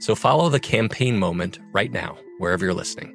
So follow the Campaign Moment right now, wherever you're listening.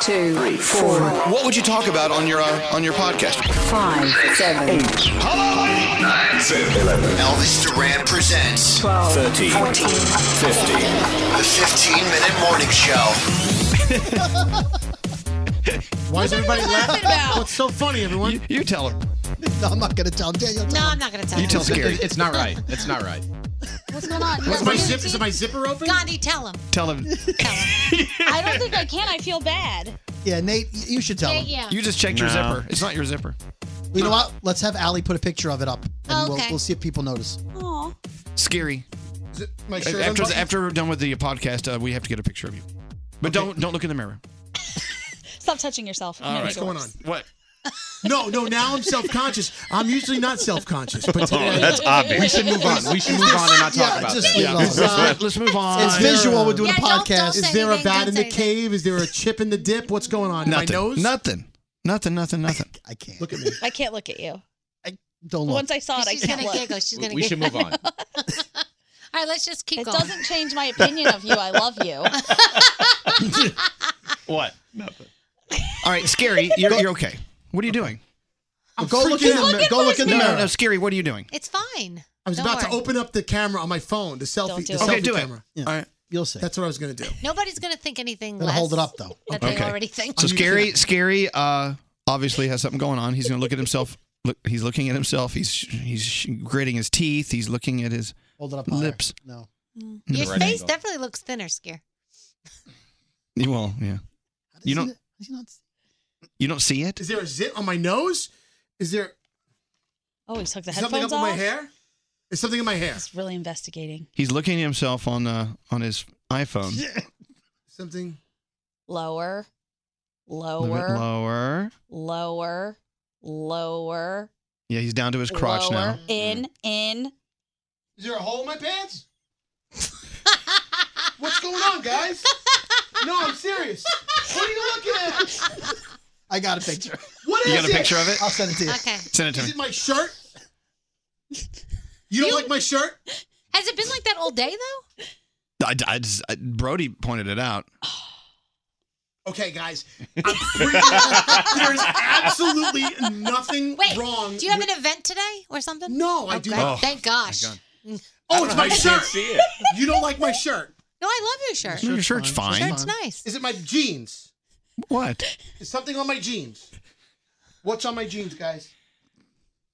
two, four, What would you talk about on your uh, on your podcast? five, seven, eight, Hello, nine, seven, eleven. Elvis Duran presents twelve, fourteen. the 15 minute morning show. Why is everybody laughing? What's so funny, everyone? You, you tell her. No, I'm not going to tell Daniel. No, I'm not going to tell You tell Scary. it's not right. It's not right. What's going on? Is my, zip, is my zipper open? Gandhi, tell him. tell him. Tell him. I don't think I can. I feel bad. Yeah, Nate, y- you should tell him. Yeah. You just checked your zipper. It's not your zipper. You know what? Let's have Allie put a picture of it up, and we'll, Okay. we'll see if people notice. Aw. Scary. Is it my After after we're done with the podcast, uh, we have to get a picture of you. But don't don't look in the mirror. Stop touching yourself. Uh, All right. going on? What? No, no. Now I'm self-conscious. I'm usually not self-conscious, but today I- obvious. we should move on. We should move on and not Yeah, just leave Yeah. it alone. Uh, let's move on. It's visual. We're doing Yeah, a don't- podcast. don't say Is there a anything, bat don't in say the anything. cave? Is there a chip in the dip? What's going on? Nothing. My nose? Nothing. Nothing. Nothing. Nothing. I can't. Look at me. I can't look at you. Don't look. Once I saw it, I She's can't gonna look. giggle. She's gonna we should giggle. move on. All right, let's just keep It going. doesn't change my opinion of you. I love you. what? All right, Scary. You're, you're okay. What are you doing? go look in the mirror. Go look in the No, no, no, mirror. Scary. What are you doing? It's fine. I was Don't about to worry. open up the camera on my phone, the selfie, do the it. selfie Okay, do it. camera. Yeah. All right. You'll see. That's what I was gonna do. Nobody's gonna think anything Gonna less. hold it up though. That they Okay. already think. So scary, scary. Uh, obviously has something going on. He's going to look at himself. Look, he's looking at himself. He's he's gritting his teeth. He's looking at his. Hold it up. higher. Lips. No. Your Right face angle. definitely looks thinner, Scare. Well, How does yeah. You he don't- not- does he not see? You don't see it. Is there a zit on my nose? Is there Oh, he took the something up headphones in my off. hair? Is something in my hair? He's really investigating. He's looking at himself on uh, on his iPhone. Something. Lower, A little bit lower, lower. lower, lower, Yeah, he's down to his lower. crotch now. Mm. In, in. Is there a hole in my pants? What's going on, guys? No, I'm serious. What are you looking at? I got a picture. What You is got a it? picture of it? I'll send it to you. Okay. Send it to Is me. it my shirt? You don't like my shirt? Has it been like that all day though? I, I just- I- Brody pointed it out. Okay, guys. I'm freaking- There's absolutely nothing Wait, wrong. do you have with- an event today or something? No, I do not. Thank gosh. Oh, Oh, it's my shirt. You don't like my shirt. No, I love your shirt. Your shirt's fine. Shirt's nice. Is it my jeans? What? Is something on my jeans? What's on my jeans, guys?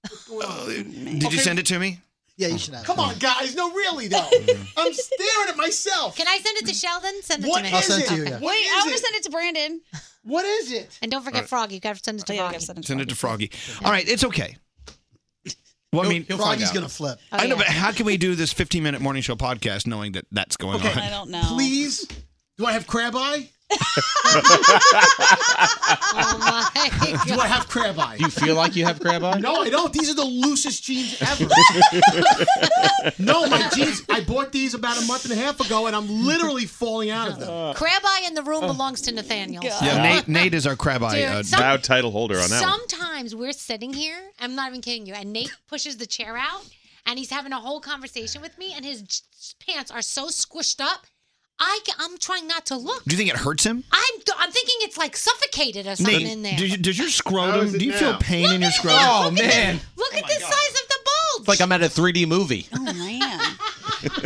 What's going on? Did you send it to me? Yeah, you should have. Come on, guys. No, really though. I'm staring at myself. Can I send it to Sheldon? Send it What to me. is I'll send it to you, Okay. yeah. Wait, What I is want to it? send it to Brandon. What is it? And don't All forget right. Froggy. You got to send Oh, it to Froggy. Send it to Froggy. All right, it's okay. Well, I mean, He'll- Froggy's gonna flip. Oh, I know, yeah. but how can we do this 15 minute morning show podcast knowing that that's going Okay. I don't on? know. Please. Do I have crab eye? Oh my Do I have crab eye? Do you feel like you have crab eye? No, I don't. These are the loosest jeans ever. no, my jeans. I bought these about a month and a half ago, and I'm literally falling out of them. Crab Eye in the room belongs to Nathaniel. Yeah, Uh, Nate, Nate is our crab eye. Dude, uh, some- Proud title holder Sometimes we're sitting here, I'm not even kidding you, and Nate pushes the chair out and he's having a whole conversation with me, and his j- pants are so squished up. I, ca- I'm trying not to look. do you think it hurts him? I'm, I'm thinking it's like suffocated or something Nate, in there. do you- does your How scrotum, is it do you now? feel pain in your scrotum? Oh, man. look at the size of the bulge. It's like I'm at a 3D movie. Oh man.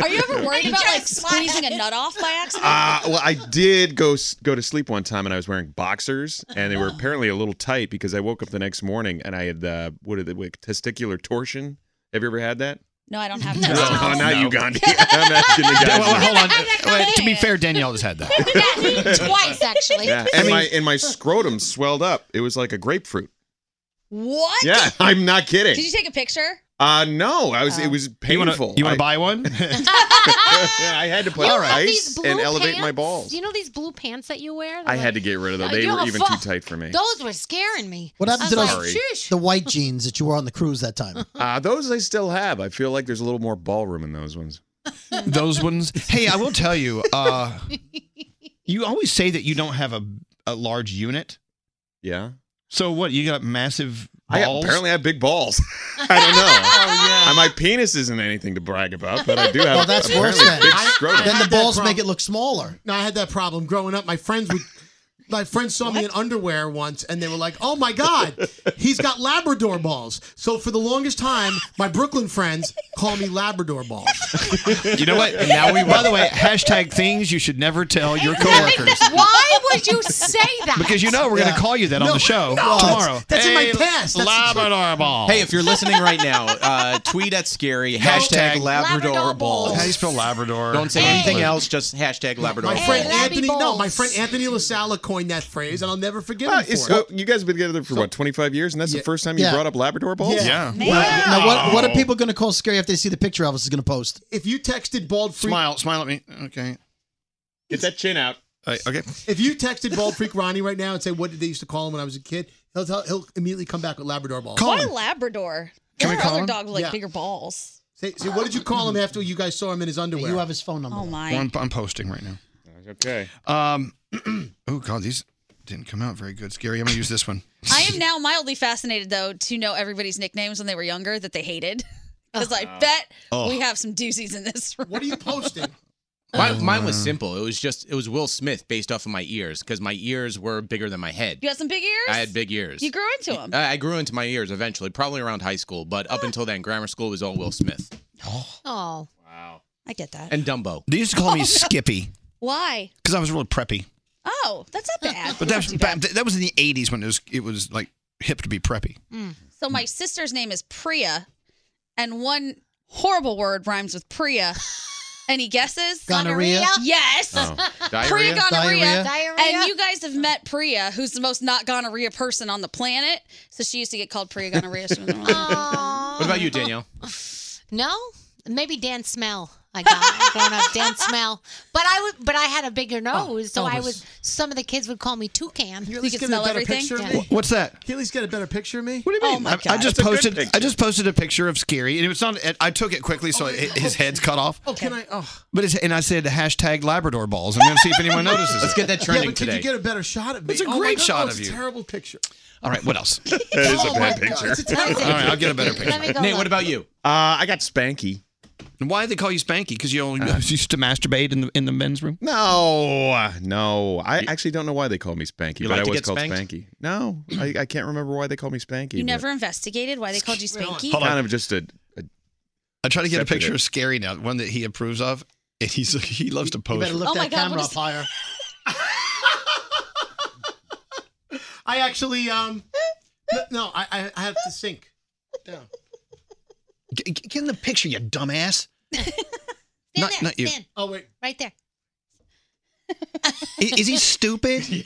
Are you ever worried about like squeezing a nut off by accident? Uh, well, I did go s- go to sleep one time, and I was wearing boxers, and they were apparently a little tight because I woke up the next morning and I had uh, what are they, what, testicular torsion. Have you ever had that? no, I don't have No, nuts. oh, not you, Gandhi. I'm asking the Yeah, guy. well, hold on. Wait, to be fair, Danielle has had that. Twice, actually. Yeah, and my and my scrotum swelled up. It was like a grapefruit. What? Yeah, I'm not kidding. Did you take a picture? Uh no, I was. It was You wanna- painful. You want I- to buy one? Yeah, I had to play You with know these ice blue and elevate pants? my balls. Do you know these blue pants that you wear? I had to get rid of them. Oh, They you're were a even fuck. too tight for me. Those were scaring me. What happened I to was those like, "Sheesh." the white jeans that you wore on the cruise that time? Uh, those I still have. I feel like there's a little more ballroom in those ones. Those ones. Hey, I will tell you. Uh, you always say that you don't have a a large unit. Yeah. So what? You got massive I balls. apparently have big balls. I don't know. And My penis isn't anything to brag about, but I do have Well, that's worse apparently then. a big I- scrotum. then the had that balls problem. make it look smaller. No, I had that problem growing up. My friends would. My friends saw me in underwear once, and they were like, "Oh my god, he's got Labrador balls." So for the longest time, my Brooklyn friends call me Labrador balls. you know what? And now we. By the way, hashtag things you should never tell your coworkers Why would you say that? because you know we're going to call you that on the show that's- tomorrow. that's in my Hey, past. That's- Labrador ball. Hey, if you're listening right now, uh, tweet at Scary, hashtag Hashtag Labrador, Labrador balls. balls. How do you spell Labrador? Don't say Hey. anything else, just hashtag Labrador My balls. friend Hey, Labby Anthony, no, my balls. friend Anthony LaSalla coined that phrase, and I'll never forgive Uh, him for it's- it. uh, you guys have been together for what 25 years, and that's Yeah. the first time you Yeah. brought up Labrador balls. Yeah. Yeah. Now, now what, what are people going to call scary after they see the picture Elvis is going to post? If you texted bald freak, Smile. Smile at me. Okay. Get that chin out. All right, okay. if you texted bald freak Ronnie right now and say what did they used to call him when I was a kid, he'll tell, he'll immediately come back with Labrador balls. Call Why him. Labrador? Can there we are call other him? dogs with like Yeah. bigger balls. Say, say, what did you call him after you guys saw him in his underwear? You have his phone number. Oh my. Well, I'm, I'm posting right now. Okay. Um, oh god, these didn't come out very good. Scary. I'm gonna use this one. I am now mildly fascinated though to know everybody's nicknames when they were younger that they hated. Because I bet Oh. we have some doozies in this room. what are you posting? Mine, mine was simple. It was just it was Will Smith based off of my ears because my ears were bigger than my head. You had some big ears? I had big ears. You grew into them. I I grew into my ears eventually, probably around high school, but up until then, grammar school was all Will Smith Oh, I get that. and Dumbo. They used to call me Skippy Why? because I was really preppy. Oh, that's not bad. But That's that not was, too bad. back, that was in the '80s when it was it was like hip to be preppy. So my sister's name is Priya, and one horrible word rhymes with Priya. Any guesses? Gonorrhea. Yes. Uh, Oh. Priya Diarrhea. gonorrhea. Diarrhea. Diarrhea. And you guys have met Priya, who's the most not gonorrhea person on the planet. So she used to get called Priya gonorrhea. She was- Aw. What about you, Danielle? No, Maybe Dan Smell. I got growing up Dan Smell, but I would, but I had a Oh, bigger nose, so I Elvis. was. Some of the kids would call me Toucan. You least get a better picture of me. What's that? Can you at least get a better picture of me? What do Oh you mean? I- I, just posted. I just posted a picture of Scary, and it was not. I took it quickly, so it, his head's cut off. Oh, can I? Oh, But it's, and I said hashtag Labrador balls. I'm going to see if anyone notices. Let's get that yeah, but Could you get a better shot of me? It's a Oh my great God, shot oh, it's of a you. terrible picture. All right, what else? that is Oh a bad my God, picture. it's a terrible All right, I'll get a better picture. Let me go Nate, what look. about you? Uh, I got Spanky. And why did they call you Spanky? Because you only used to masturbate in the in the men's room. No, no. I actually don't know why they called me Spanky, You but like I to was get called spanked? Spanky. No, I, I can't remember why they called me Spanky. You but never investigated why they called you Spanky? Kind of just a. a I try to get a Separate picture it. of Scary now, one that he approves of. And he's he loves to You pose. better lift Oh my that God, camera what up is- higher. I actually, um, no, no I, I, I have to sink down. G- g- get in the picture, you dumbass. Stand Not- there, not you. stand. Oh wait, right there. I- Is, he stupid? yeah, he-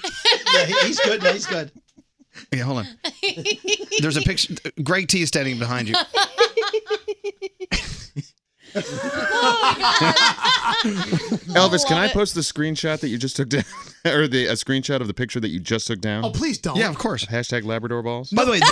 he's good. Yeah, he's good. Yeah, hold on. There's a picture. Greg T is standing behind you. Elvis, can I post the screenshot that you just took down, or the a screenshot of the picture that you just took down? Oh, please don't. Yeah, of course. Hashtag Labrador balls. By the way, th-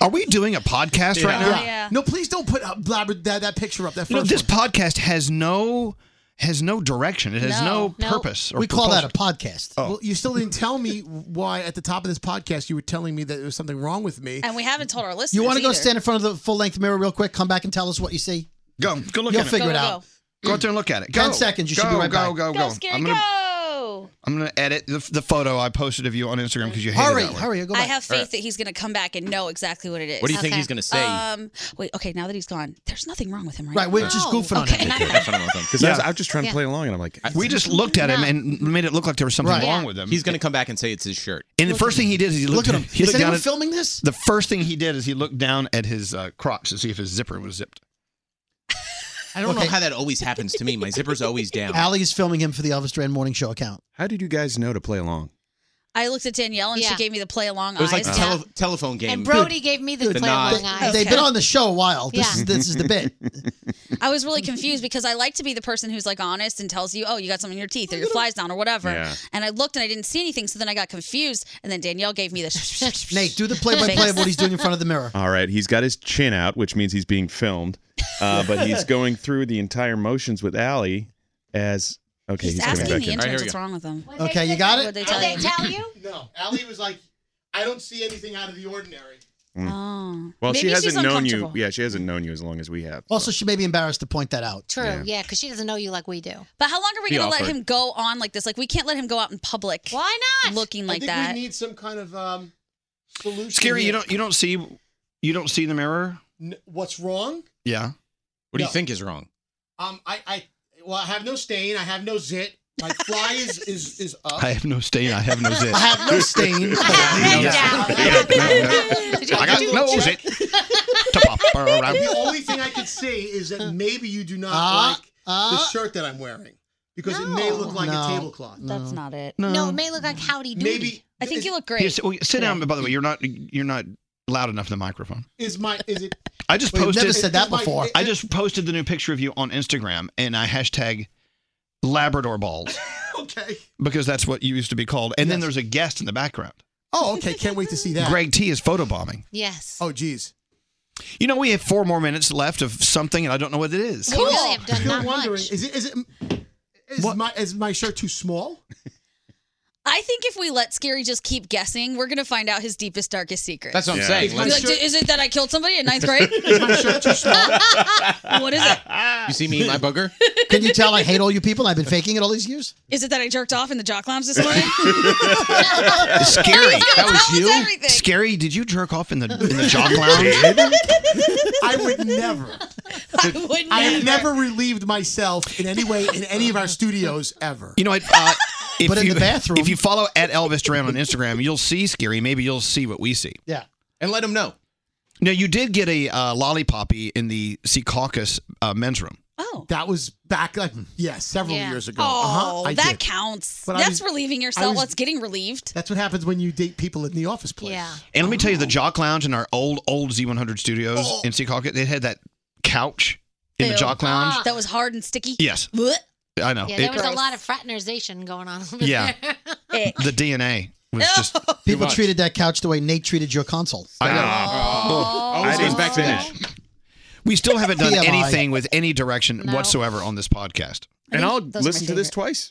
are we doing a podcast right now? No, please don't put up blabber, that, that picture up. That first You know, this one. podcast has no has no direction. It has no, purpose. Or we call that a propulsion. podcast. Oh. Well, you still didn't tell me why at the top of this podcast you were telling me that there was something wrong with me. And we haven't told our listeners. You want to go either. stand in front of the full length mirror real quick? Come back and tell us what you see. Go, go look You'll at figure it. it out. Go. out there and look at it. Go. Ten seconds, you go, should be right go, back. Go, go, Go, Scary, I'm gonna, go! I'm gonna edit the, the photo I posted of you on Instagram because you hated Hurry, that one. hurry, Oh, go I have faith that he's going to come back and know exactly what it is. What do you think Okay. he's gonna say? Um, wait, okay, now that he's gone, there's nothing wrong with him, right? Right, we're just now. goofing on okay. him. Because I, was, I was just trying Yeah. to play along, and I'm like, We just looked at him and made it look like there was something Right. wrong Yeah. with him. He's going to come back and say it's his shirt. And the first thing he did is he Look looked at him. He Is looked down anyone at, filming this? the first thing he did is he looked down at his uh, crotch to see if his zipper was zipped. I don't Okay. know how that always happens to me. My zipper's always down. Allie is filming him for the Elvis Duran Morning Show account. How did you guys know to play along? I looked at Danielle and she gave me the play along It was like eyes. tele- telephone game. And Brody gave me the, The play nod. along eyes. They've been on the show a while. This Yeah. is this is the bit. I was really confused because I like to be the person who's like honest and tells you, oh, you got something in your teeth or your flies down or whatever. Yeah. And I looked and I didn't see anything, so then I got confused. And then Danielle gave me the. Nate, do the play by play of what he's doing in front of the mirror. All right, he's got his chin out, which means he's being filmed, uh, but he's going through the entire motions with Allie as okay. He's He's, coming asking back the in. interns what's wrong with them. Okay, you got What'd it. they tell you? No, Allie was like, I don't see anything out of the ordinary. Mm. Oh. Well, she Maybe she's hasn't known you. uncomfortable. Yeah, she hasn't known you as long as we have. Also, she may be embarrassed to point that out. True, yeah, because she doesn't know you like we do. But how long are we Be going to let awkward. him go on like this? Like, we can't let him go out in public. Why not? Looking like I think that. we need some kind of um, solution. Scary, you here. don't you don't see you don't see the mirror. N- what's wrong? Yeah. What do you No. think is wrong? Um, I, I, well, I have no stain. I have no zit. My fly is is is up. I have no stain. I have no zit. I have no stain. I have no zit. I got no zit. The only thing I could say is that maybe you do not Uh, Ah, like ah. the shirt that I'm wearing because it may look like No, a tablecloth. That's not it. No. No, it may look like howdy doody. Maybe- I think you look Here, great. sit- well, sit down. By the way, you're not you're not loud enough in the microphone. Is my is it? I just We've posted. never said that before. I just posted the new picture of you on Instagram, and I hashtag Labrador balls Okay. because that's what you used to be called. And then there's a guest in the background. Oh, okay. Can't wait to see that. Greg T is photobombing. Yes. Oh, geez. You know, we have four more minutes left of something, and I don't know what it is. We really have done Still not wondering. much. Is it is it is my is my shirt too small? I think if we let Scary just keep guessing, we're going to find out his deepest, darkest secret. That's what I'm Yeah. saying. He's gonna be Let's- like, "D- is it that I killed somebody in ninth grade? what is it? You see me eat my booger? Can you tell I hate all you people? and I've been faking it all these years. Is it that I jerked off in the jock lounge this morning? Scary. That was you. everything. Scary. Did you jerk off in the in the jock lounge? I would never. I would I have never relieved myself in any way in any of our studios ever. You know, it, uh, if But in you, the bathroom. if you follow at Elvis Duran on Instagram, you'll see Scary. Maybe you'll see what we see. Yeah. And let him know. Now, you did get a uh, lollipoppy in the Sea Caucus uh, men's room. Oh. That was back like yeah, several Yeah. years ago. Oh, Uh-huh, I that did. counts. But I That's was- relieving I yourself. was- That's getting relieved. That's what happens when you date people in the office place. Yeah. And let me tell Oh. you, the Jock Lounge in our old, old Z100 studios in Sea Caucus, they had that couch. in the jock lounge. Ah. That was hard and sticky. Eh. Yes. Blech. I know. Yeah, It- there was a lot of fraternization going on. Over Yeah. there. the DNA was just People much. treated that couch the way Nate treated your console. I know. Oh. Always goes back to that. We still haven't done TMI. anything with any direction whatsoever on this podcast. I And think I'll those are my listen to this twice.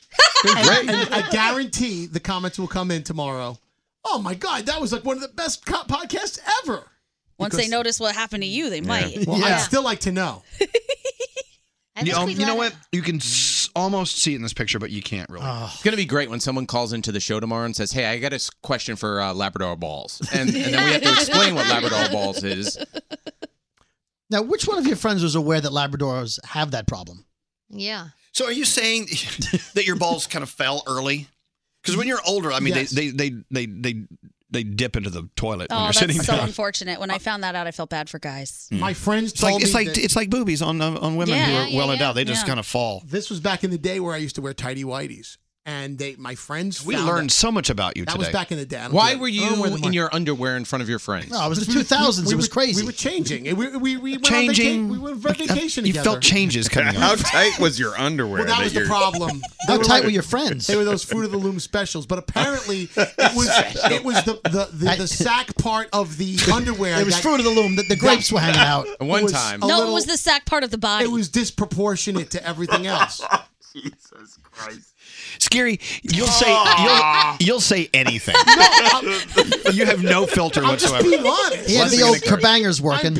And- and I guarantee the comments will come in tomorrow. Oh my God, that was like one of the best co- podcasts ever. Once they Because- notice what happened to you, they might. Oh, Well, I'd still like to know. You, think know- we you know let- what? You can s- almost see it in this picture, but you can't really. It's gonna be great when someone calls into the show tomorrow and says, "Hey, I got a s- question for uh, Labrador balls," and, and then we have to explain what Labrador balls is. Now, which one of your friends was aware that Labradors have that problem? Yeah. So are you saying that your balls kind of fell early? Because when you're older, I mean, Yes. they, they, they, they, they, they dip into the toilet Oh, when you're that's sitting so down. unfortunate. Uh, When I found that out, I felt bad for guys. My friends It's like told it's me like that- it's like boobies on uh, on women who Yeah, are yeah, well yeah, endowed. They just yeah. kind of fall. This was back in the day where I used to wear tidy whities, and they my friends. We found learned out- so much about you That today. was back in the day. I don't Why do were that. I don't you wear them in your underwear in front of your friends? No, it was the 2000s. We it was were- crazy. We were changing. And We, we, we went On Changing. vaca- we went on vacation you together. felt changes coming How on. tight was your underwear? Well, that was the you're- problem. How were tight were your friends? They were those fruit of the loom specials, but apparently it was it was the the, the, the sack part of the underwear. It was that- fruit of the loom. The, the grapes were hanging out. At one Was time. a No, it little- was the sack part of the body. It was disproportionate to everything else. Jesus Christ. Scary. You'll say you'll, you'll say anything. you have no filter I'm just whatsoever. being honest. He had the Listen, old it's gonna- kabangers working.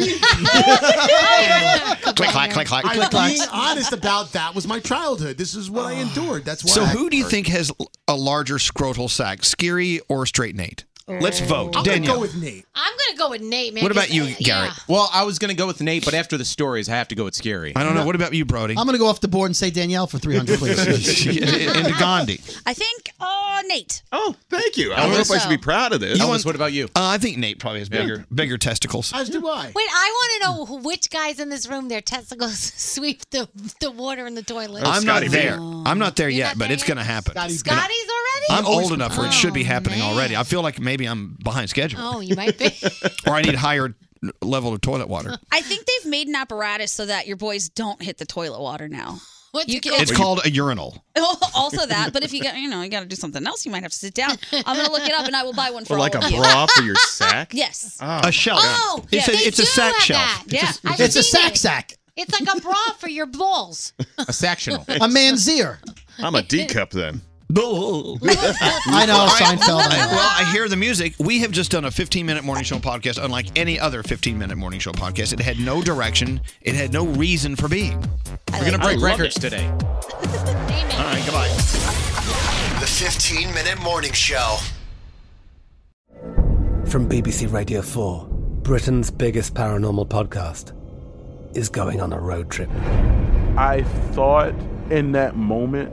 click clack click clack I'm click clack. being honest about that was my childhood. This is what I endured. That's why. So I- who do you think has a larger scrotal sack, Scary or Straight Nate? Let's vote. I'm gonna Danielle. go with Nate. I'm gonna go with Nate, man. 'cause, uh, yeah. Well, I was gonna go with Nate, but after the stories, I have to go with Scary. I don't know. What about you, Brody? I'm going to go off the board and say Danielle for 300, please. and to Gandhi. I think uh, Nate. Oh, thank you. I I don't know think if I should so. be proud of this. You Elvis, want- what about you? Uh, I think Nate probably has bigger bigger Oh, testicles. As do I. Wait, I want to know who- which guys in this room their testicles sweep the the water in the toilet. I'm not there. I'm not there yet, but it's going to happen. Scotty's already. I'm old enough Oh, where it should be happening already. I feel like maybe I'm behind schedule, Oh, you might be. or I need higher level of toilet water. I think they've made an apparatus so that your boys don't hit the toilet water now. What's you can, It's called a urinal. also that, but if you got you know you got to do something else, you might have to sit down. I'm gonna look it up and I will buy one for Or like a all of you. bra for your sack? Yes. Uh, A shelf. Oh, it's yeah, a, they it's a do sack have shelf. that. It's a- Yeah, it's I've a- It's a seen sack it. sack. It's like a bra for your balls. A sectional. A man's ear. I'm a D cup then. I know, All right. Seinfeld. I know. Well, I hear the music. We have just done a 15 minute morning show podcast, unlike any other 15 minute morning show podcast. It had no direction, it had no reason for being. We're gonna break records today. All right, goodbye. The 15 Minute Morning Show. From BBC Radio 4, Britain's biggest paranormal podcast is going on a road trip. I thought in that moment,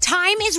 Time is